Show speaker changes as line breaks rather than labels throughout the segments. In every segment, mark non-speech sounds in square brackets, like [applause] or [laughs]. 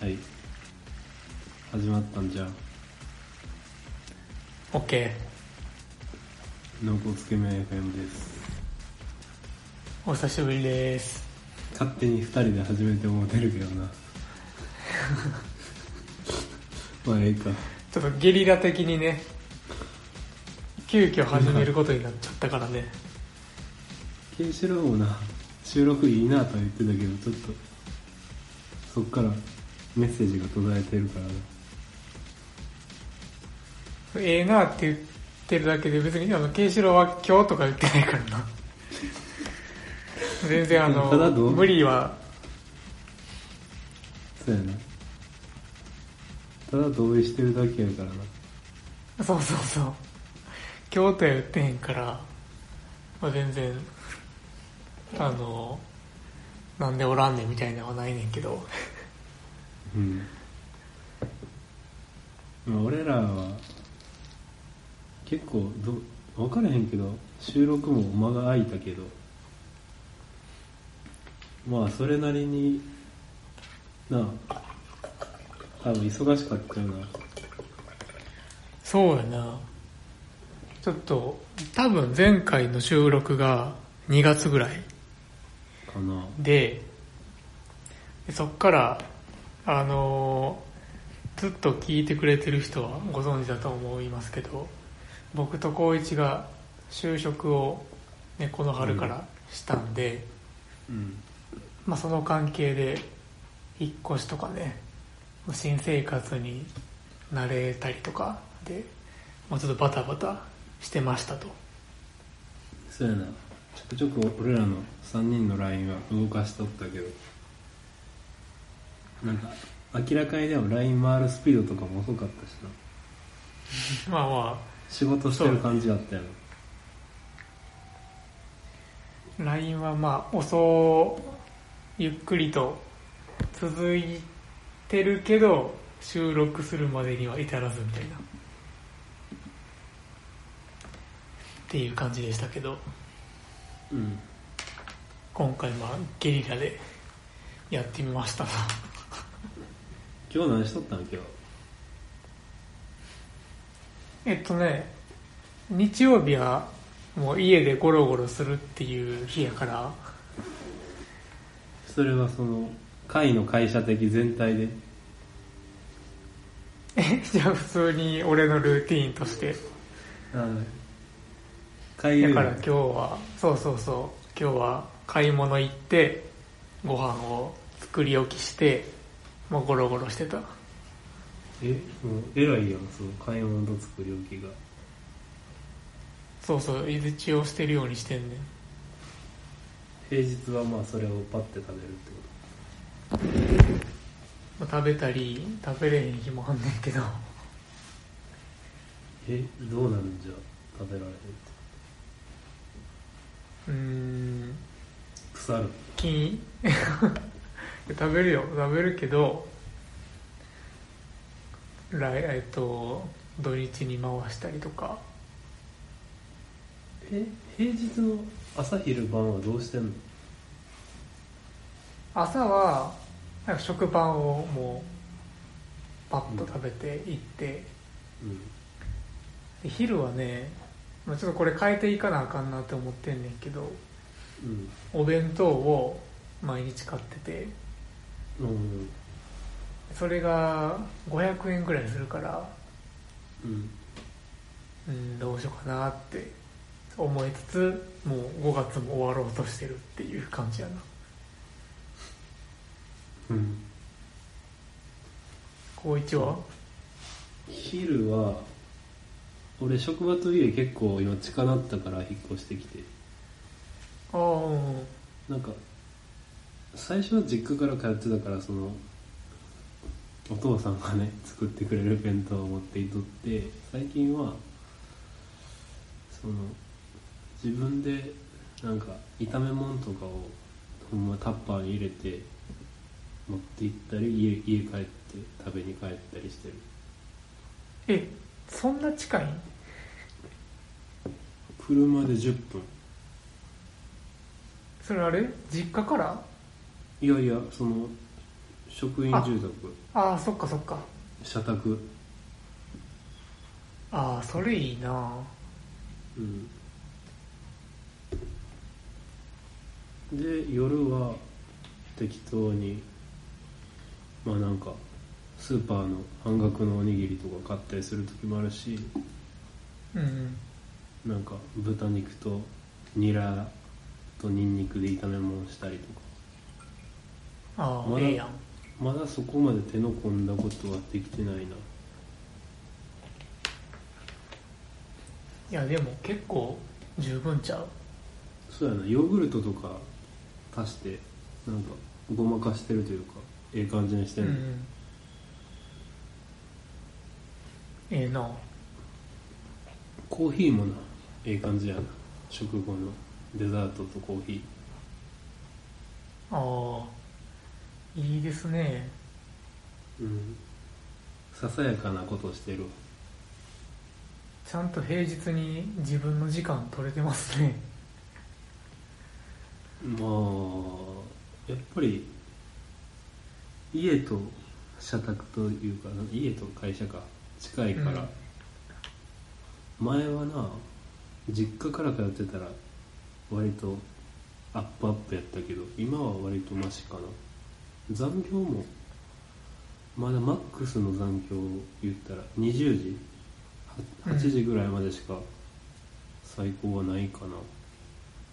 はい始まったんじゃん
OK
濃厚つけ麺 FM です
お久しぶりです
勝手に2人で始めて思うてるけどな [laughs] まあええか
ちょっとゲリラ的にね急遽始めることになっちゃったからね
ケンシロウもな収録いいなとは言ってたけどちょっとそっからメッセージが途絶えてるからな
ええなって言ってるだけで別にあのケイシロウは今日とか言ってないからな [laughs] 全然あ
ただ
の
どう
無理は
そうやなただ同意してるだけやからな
そうそうそう今日とは言ってへんから、まあ、全然あのなんでおらんねんみたいなのはないねんけど
うんまあ俺らは結構ど分からへんけど収録も間が空いたけどまあそれなりになあ多分忙しかったよな
そうやな。ちょっと、多分前回の収録が2月ぐらい
かな
で、でそっから、あのーずっと聞いてくれてる人はご存知だと思いますけど、僕と光一が就職を、ね、この春からしたんで、
うん
まあ、その関係で引っ越しとかね新生活に慣れたりとかで、まあ、ちょっとバタバタしてましたと
そうやなちょくちょく俺らの3人の LINE は動かしとったけどなんか明らかにでも LINE 回るスピードとかも遅かったしな
まあま
仕事してる感じだったよ
あ LINE はまあ遅ゆっくりと続いてるけど収録するまでには至らずみたいなっていう感じでしたけど
うん
今回まあゲリラでやってみましたな
今日何しとったん今日
えっとね、日曜日はもう家でゴロゴロするっていう日やから、 [laughs]
それはその会の会社的全体で
え、じゃあ普通に俺のルーティーンとして。
会
だ
流
から今日は、そうそうそう、今日は買い物行って、ご飯を作り置きして、もうゴロゴロしてた。
えもう偉いやんそう買い物と作り置きが
そうそう、いずちをしてるようにしてんねん。
平日はまあそれをパッて食べるってこ
まあ食べたり、食べれへん日もあんねんけど、
とえどうなるんじゃ食べられへんって
うーん、
腐る
金 [laughs] 食べるよ食べるけど来えっと土日に回したりとか
え平日の朝昼晩はどうしてんの
朝はなんか食パンをもうパッと食べていって、
うん
で昼はね、まあ、ちょっとこれ変えていかなあかんなって思ってんねんけど
うん
お弁当を毎日買ってて
うん
それが500円ぐらいするから
うん
うん、どうしようかなって思いつつもう5月も終わろうとしてるっていう感じやな
うん
高一は
昼は俺職場と家結構今近なったから引っ越してきて
ああうんうん
なんか最初は実家から通ってたからそのお父さんがね作ってくれる弁当を持っていとって最近はその自分でなんか炒め物とかをほんまタッパーに入れて持って行ったり家家帰って食べに帰ったりしてる
えそんな近いん
車で10分
それあれ実家から
いやいやその職員住宅
ああそっかそっか
社宅
ああそれいいな
うんで夜は適当にまあなんかスーパーの半額のおにぎりとか買ったりする時もあるし
うん
なんか豚肉とニラとニンニクで炒め物したりとか
あ
ま
あ
だ
ええやん
まだそこまで手の込んだことはできてないない
やでも結構十分ちゃう
そうやなヨーグルトとか足してなんかごまかしてるというかええ感じにして
うん
る、
うんええな
コーヒーもなええ感じやな食後のデザートとコーヒ
ああいいですね
ーうんささやかなことをしてるわ
ちゃんと平日に自分の時間取れてますね
まあやっぱり家と社宅というか家と会社か近いから、前はな実家から通ってたら割とアップアップやったけど今は割とマシかな残業もまだマックスの残業を言ったら20時は8時ぐらいまでしか最高はないか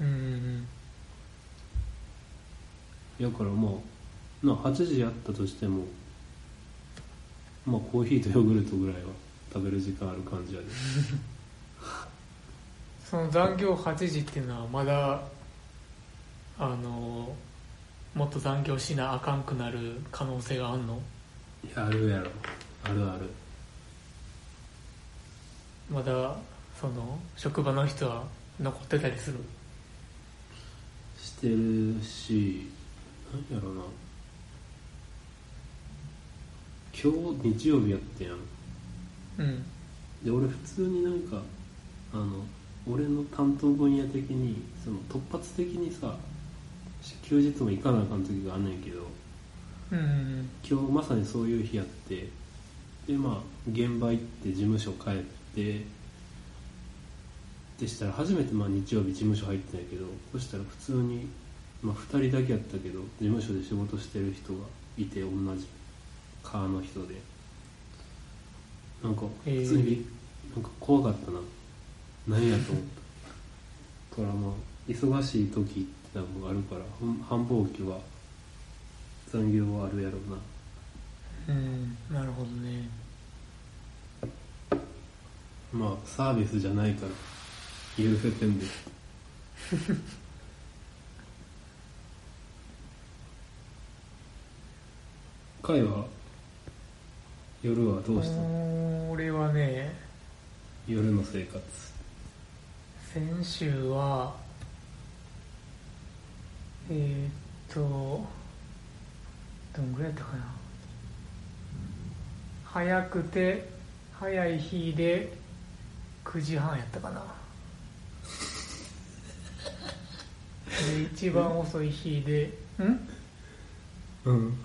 な、
うんうん
やからまあな8時やったとしてもまあコーヒーとヨーグルトぐらいは食べる時間ある感じやで、
その残業8時っていうのはまだあのもっと残業しなあかんくなる可能性があんの
やるやろあるある
まだその職場の人は残ってたりする
してるし何やろな今日日曜日やってやん
うん
で俺普通になんかあの俺の担当分野的にその突発的にさ休日も行かなあかん時があんねんけど
うんうん
今日まさにそういう日やってでまあ現場行って事務所帰ってでしたら初めてまあ日曜日事務所入ってんやけどそしたら普通に、まあ、2人だけやったけど事務所で仕事してる人がいて同じ川の人でなんか普通
へ
になんか怖かったな何やと思ったからまあ忙しい時って多分あるからほん繁忙期は残業はあるやろうな
うんなるほどね
まあサービスじゃないから許せてんで [laughs] 会は夜はどうした
俺はね
夜の生活
先週はえー、っとどんぐらいやったかな早くて早い日で9時半やったかなで一番遅い日でん
うん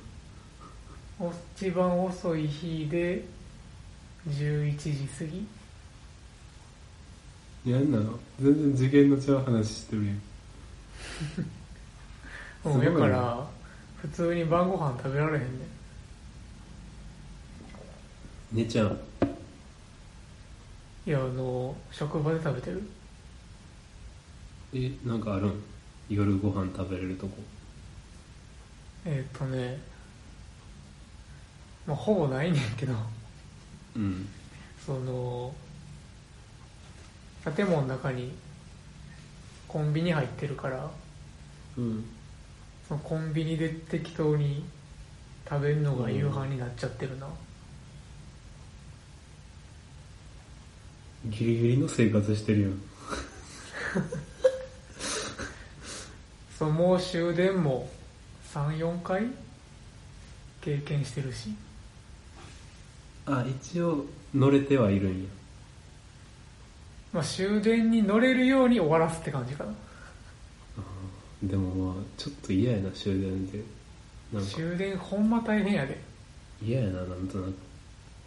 お一番遅い日で11時過ぎ
やんなの全然次元の違う話してるやんすご
うん
いね
だから普通に晩ご飯食べられへんね
寝ちゃう
いやあの職場で食べてる
えなんかあるん夜ご飯食べれるとこ
えーっとねまあほぼないねんけど [laughs]
うん
その建物の中にコンビニ入ってるから
うん
そのコンビニで適当に食べるのが夕飯になっちゃってるな、
ギリギリの生活してるやん
そうもう終電も34回経験してるし
あ一応乗れてはいるんや
まあ終電に乗れるように終わらすって感じかな
でもまあちょっと嫌やな終電でなんか
終電ほんま大変やで
嫌やななんとなく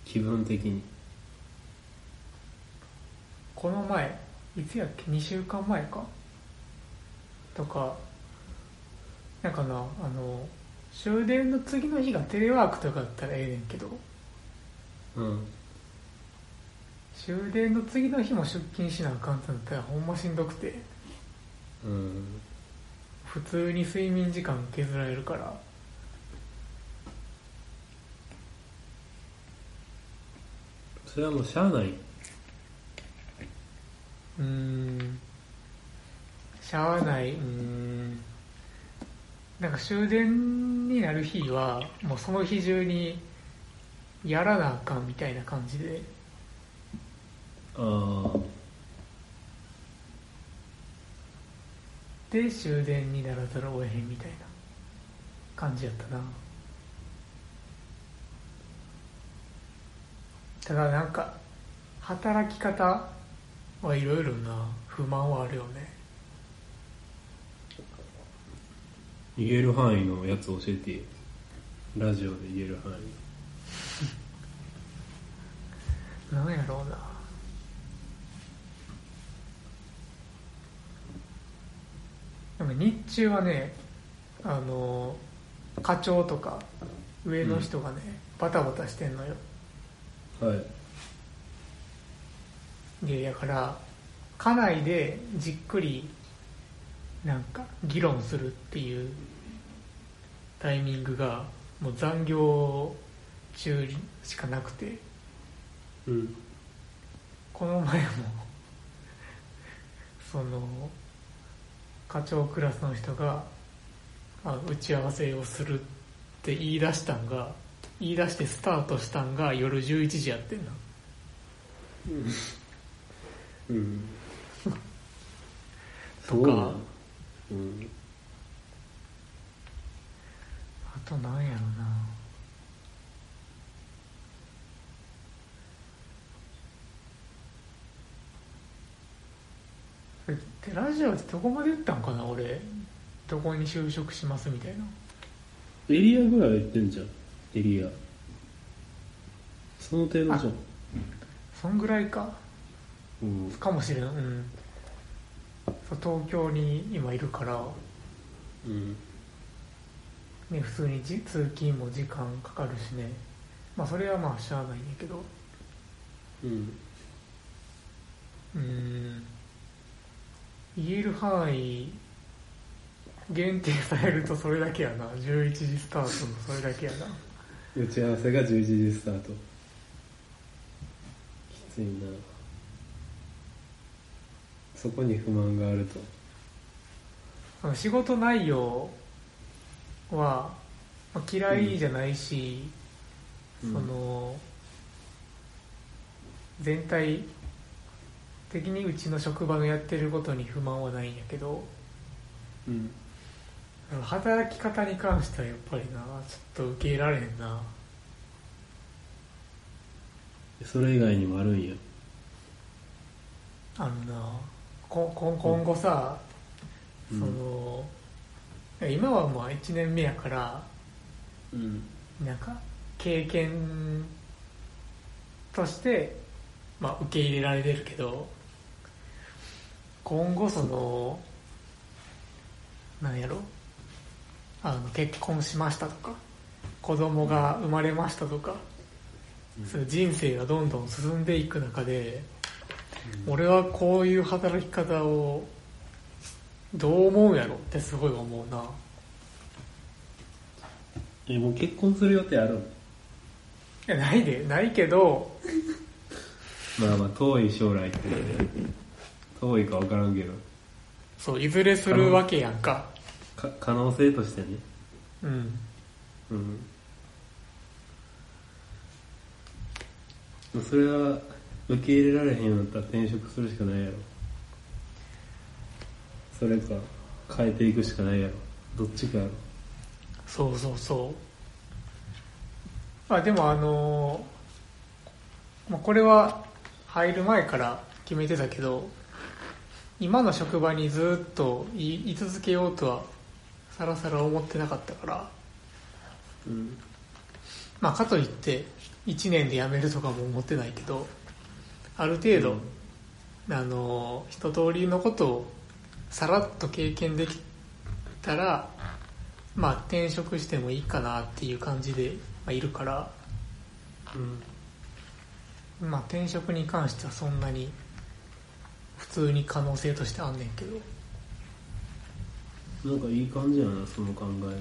気分的に
この前いつやっけ2週間前かとかなんかなあの終電の次の日がテレワークとかだったらええねんけど
うん
終電の次の日も出勤しなあかんってなったらほんましんどくて
うん
普通に睡眠時間削られるから
それはもうしゃあないう
ーんしゃあないうーんなんか終電になる日はもうその日中にやらなあかんみたいな感じで
ああ
で終電にならざるを得へんみたいな感じやったなただなんか働き方はいろいろな不満はあるよね
言える範囲のやつ教えてよラジオで言える範囲
なんやろうななんか日中はねあの課長とか上の人がね、バタバタしてんのよ
はい
でだから家内でじっくりなんか議論するっていうタイミングがもう残業中しかなくて
うん
この前もその課長クラスの人があ打ち合わせをするって言い出したんが言い出してスタートしたんが夜11時やってんな
うんす
と
ごい
か
なうん
あとなんやろなえってラジオってどこまで言ったんかな俺どこに就職しますみたいな
エリアぐらいは言ってんじゃんエリアその程度じゃん
そんぐらいか
うん
かもしれんうんそう東京に今いるから、
うん
ね、普通にじ通勤も時間かかるしねまあそれはまあしゃあないんだけど
うん
うーん言える範囲限定されるとそれだけやな11時スタートのそれだけやな
打ち合わせが11時スタートきついなそこに不満があると
あの仕事内容はまあ嫌いじゃないし、
うん
その全体的にうちの職場のやってることに不満はないんやけど
うん
働き方に関してはやっぱりなちょっと受け入れられへんな
それ以外にもあるんや
あのなここ今後さ、
うん
その今はまあ1年目やから
うん
なんか経験として、まあ、受け入れられてるけど今後そのなんやろあの結婚しましたとか子供が生まれましたとか、
うん
そういう人生がどんどん進んでいく中で、俺はこういう働き方をどう思うんやろってすごい思うな
えもう結婚する予定あるの
いやないでないけど
まあまあ遠い将来ってことで遠いか分からんけど
そういずれするわけやんか
か可能性としてね
うん
うんそれは受け入れられへんようになったら転職するしかないやろそれか変えていくしかないやろどっちかやろ
そうそうそうあでもあのーまあこれは入る前から決めてたけど今の職場にずっとい居続けようとはさらさら思ってなかったから
うん
まあかといって1年で辞めるとかも思ってないけどある程度、あの一通りのことをさらっと経験できたらまあ転職してもいいかなっていう感じで、まあ、いるから、
うん
まあ、転職に関してはそんなに普通に可能性としてあんねんけど
なんかいい感じやなその考えは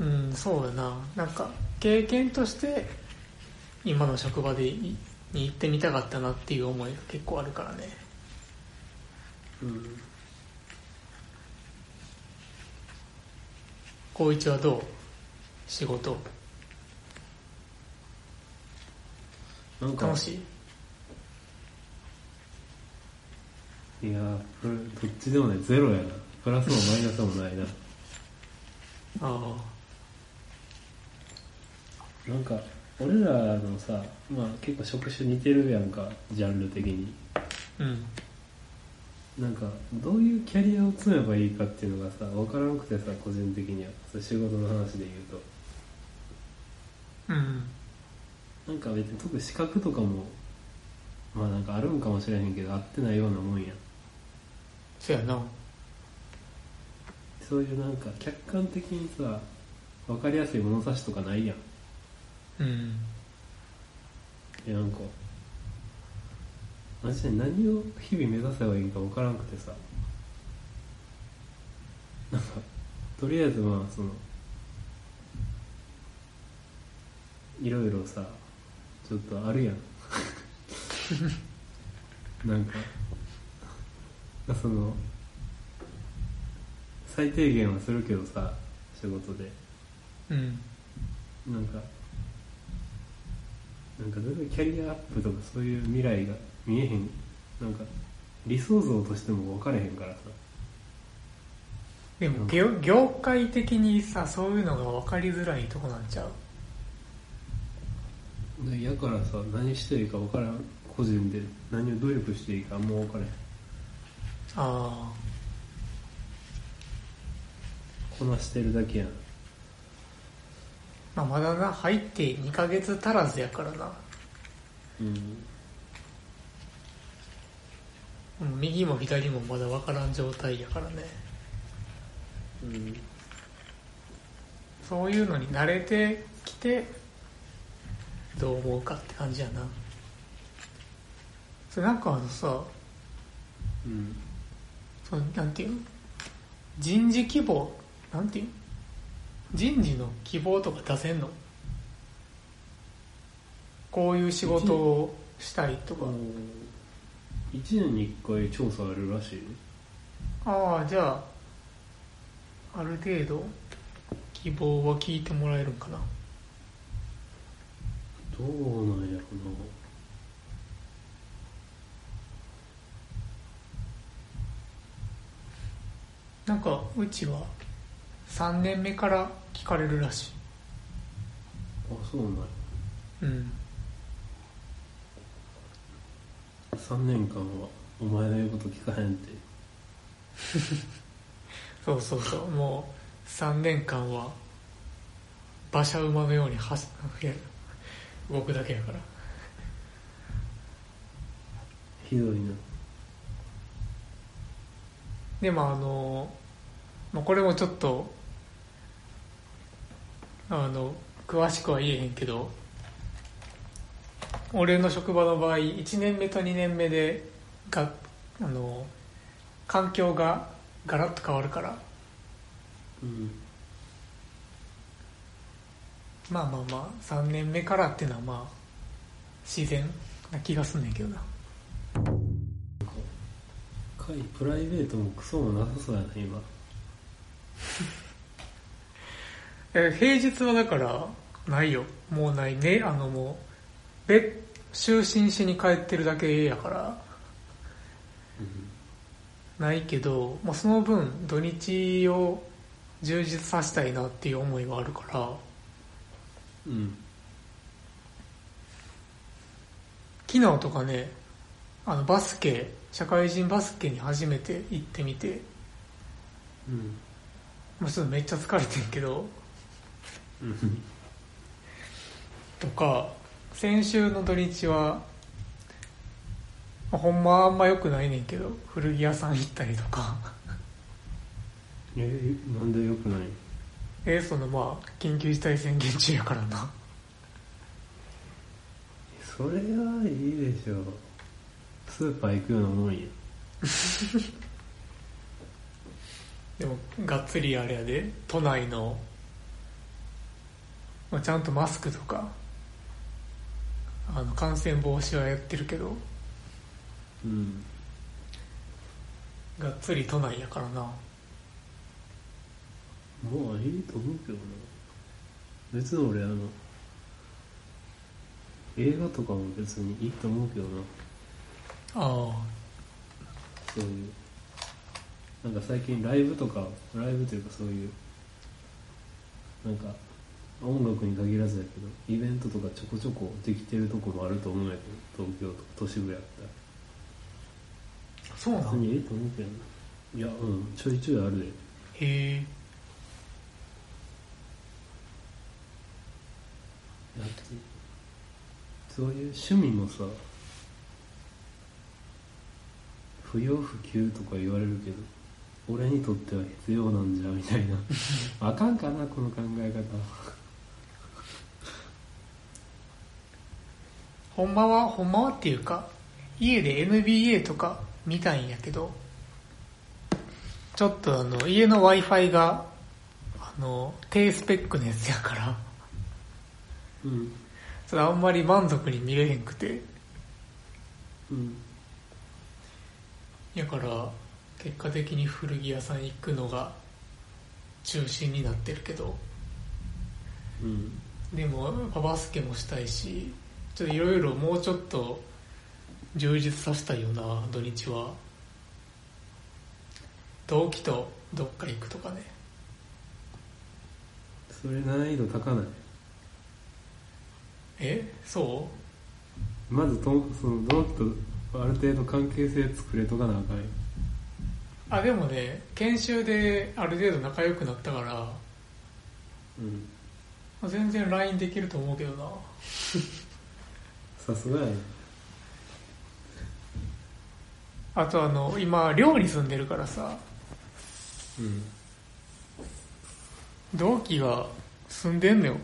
うんそうだななんか経験として今の職場でいに行ってみたかったなっていう思いが結構あるからね
うん
高一はどう仕事
なんか
楽しい
いやーこれどっちでもないゼロやなプラスもマイナスもない [laughs] な
ああ
なんか俺らのさまあ結構職種似てるやんかジャンル的に
うん
なんかどういうキャリアを積めばいいかっていうのがさ分からなくてさ個人的にはそれ仕事の話で言う
うん
となんか別に特に資格とかもまあなんかあるんかもしれへんけど合ってないようなもんやん
そやな
そういうなんか客観的にさ分かりやすい物差しとかないやん
うん
えなんかマジで何を日々目指せばいいんか分からんくてさなんかとりあえずまあそのいろいろさちょっとあるやんなんかその最低限はするけどさ仕事で
うん
なんか、なんか全然キャリアアップとかそういう未来が見えへん、なんか理想像としても分かれへんからさ。
でも業業界的にさそういうのが分かりづらいとこなんちゃう
でやからさ、何していいか分からん、個人で何を努力していいかあんま分からへん。
あ
こなしてるだけやん。
あまあまだな入って2ヶ月足らずやからな
うん。
もう右も左もまだ分からん状態やからね
うん。
そういうのに慣れてきてどう思うかって感じやなそれなんかあのさ
うん。
そのなんていうの人事希望なんていうの人事の希望とか出せんのこういう仕事をしたいとか、
1年に1回調査あるらしいね。
ああじゃあある程度希望は聞いてもらえるんかな
どうなんやろ
なんかうちは3年目から聞かれるらしい
な。あ、そうなんや。
うん
3年間はお前の言うこと聞かへんって。
そうそうそうもう3年間は馬車馬のように走いや動くだけやから
ひどいな。
でもあの、まあ、これもちょっとあの詳しくは言えへんけど俺の職場の場合1年目と2年目でがあの環境がガラッと変わるから
うん。
まあまあまあ3年目からっていうのはまあ自然な気がすんねんけどな
かいプライベートもクソもなさそうやな今
え平日はだからないよもうないねあのもうべ就寝しに帰ってるだけやからないけど、まあ、その分土日を充実させたいなっていう思いはあるから
うん
昨日とかねあのバスケ社会人バスケに初めて行ってみて
うん
もうちょっとめっちゃ疲れてるけど
うん
とか先週の土日はまあほんまはあんま良くないねんけど古着屋さん行ったりとか [laughs]
えなんでよくない
えそのまあ緊急事態宣言中やからな
それはいいでしょうスーパー行くようなもんや
でもがっつりあれやで都内の、まあ、ちゃんとマスクとかあの感染防止はやってるけど
うん
がっつり都内やからな
まあいいと思うけどな別に俺あの映画とかも別にいいと思うけどな
あ
そういうなんか最近ライブとかライブというかそういうなんか音楽に限らずやけどイベントとかちょこちょこできてるとこもあると思うんやけど東京とか都市部やったら
あそうな
別
んへ
にいいと思うけどないやうんちょいちょいあるで
え
だってそういう趣味もさ不要不急とか言われるけど俺にとっては必要なんじゃみた [laughs] いなあかんかなこの考え方
ほんまはほんまはっていうか家で NBA とか見たいんやけどちょっとあの家の w i f i があの低スペックのやつやから
うん
それあんまり満足に見れへんくて
うん
やから結果的に古着屋さん行くのが中心になってるけど
うん
でもやっぱバスケもしたいしちょっといろいろもうちょっと充実させたいよな土日は同期とどっか行くとかね
それ難易度高ない
えそ
まずとその同期とある程度関係性作れとかなあかんよ
うあでもね研修である程度仲良くなったから
うん
全然 LINE できると思うけどな
さすがやね
あとあの今寮に住んでるからさ
うん
同期が住んでんのよ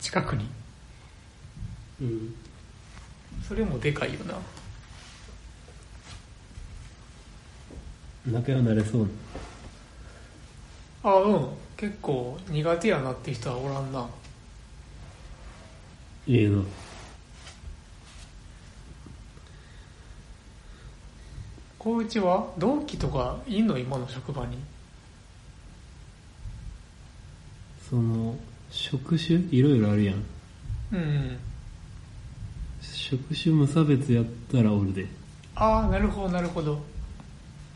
近くに
うん
それもでかいよな
仲良くなれそうな
あうん結構苦手やなって人はおらんない
いな
高一は同期とかいんの今の職場に
その職種いろいろあるやん
うん
職種無差別やったらおるで
ああなるほどなるほど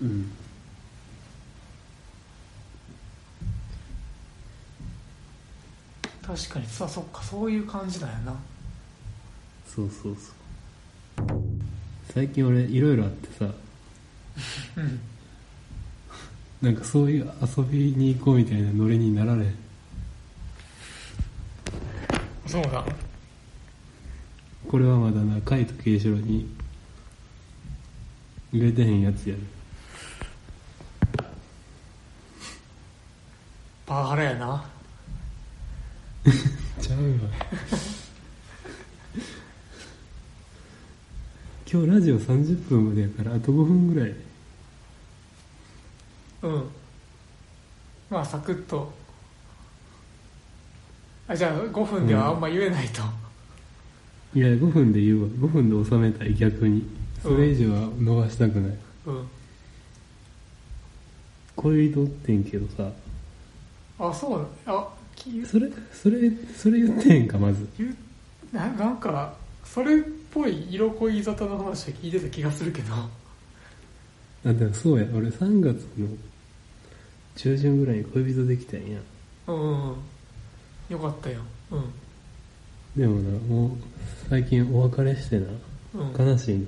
うん
確かにさそっかそういう感じだよな
そうそうそう最近俺いろいろあってさ
うん
なんかそういう遊びに行こうみたいなノリになられへん
そうだ
これはまだなカイトケイシロウに入れてへんやつやる
パワハラやな
ちゃうわ今日ラジオ30分までやからあと5分ぐらい
うんまあサクッとあじゃあ5分ではあんま言えないと、
いや5分で言うわ5分で収めたい逆にそれ以上は逃したくない、
うん
恋人おってんけどさ
あそうあき
それそれそれ言ってへんかまず
言うななんかそれっぽい色恋沙汰の話は聞いてた気がするけど
あでもそうや俺3月の中旬ぐらいに恋人できたんや
うんうんうんよかったようん
でもなもう最近お別れしてな
うん
悲しいね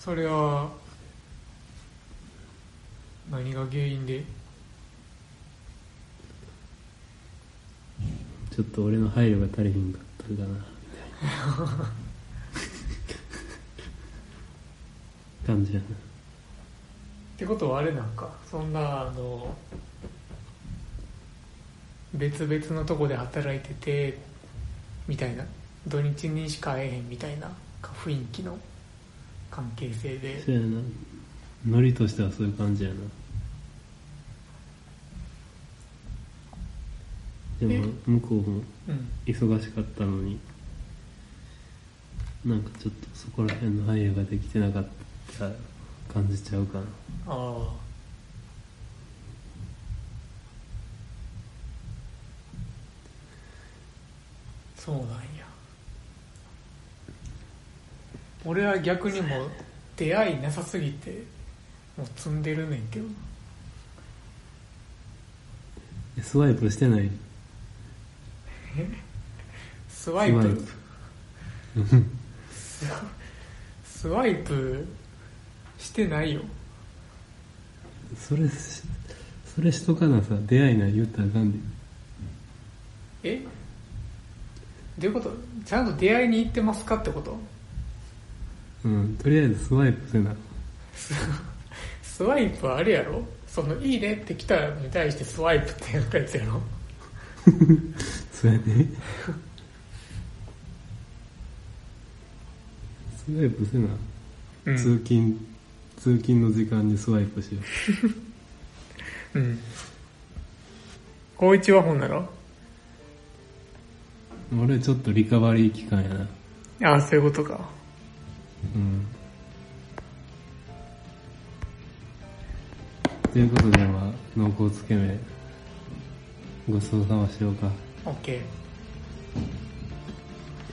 それは何が原因で
ちょっと俺の配慮が足りひんかったんだなみたいな感じやな
てことはあれなんかそんなあの別々のとこで働いててみたいな土日にしか会えへんみたいなか雰囲気の関係性で
そうやなノリとしてはそういう感じやなでも向こうも
うん
忙しかったのになんかちょっとそこら辺の配慮ができてなかった感じちゃうかな
ああそうなんや俺は逆にもう出会いなさすぎてもう積んでるねんけど
えスワイプしてない
スワイプ
スワイプ
ス [laughs] スワイプしてないよ
それしそれしとかなさ出会いない言ったらあかんで
えどういうことちゃんと出会いに行ってますかってこと
うんとりあえずスワイプせな
スワイプはあれやろその、いいねって来たのに対してスワイプってやったやつやろ
そうやねスワイプせな、
う
通
ん。
勤通勤の時間にスワイプしよ
うん。高一はほんなら
う俺ちょっとリカバリー期間やな
ああ、そういうことか。
うんということでまあ濃厚つけ麺ごちそうさましようか
オッケ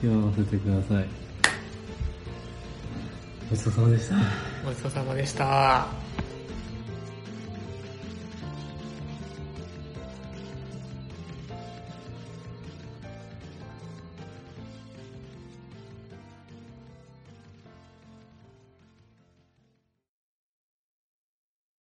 ー。
手を合わせてくださいごちそうさまでした
ごちそうさまでした。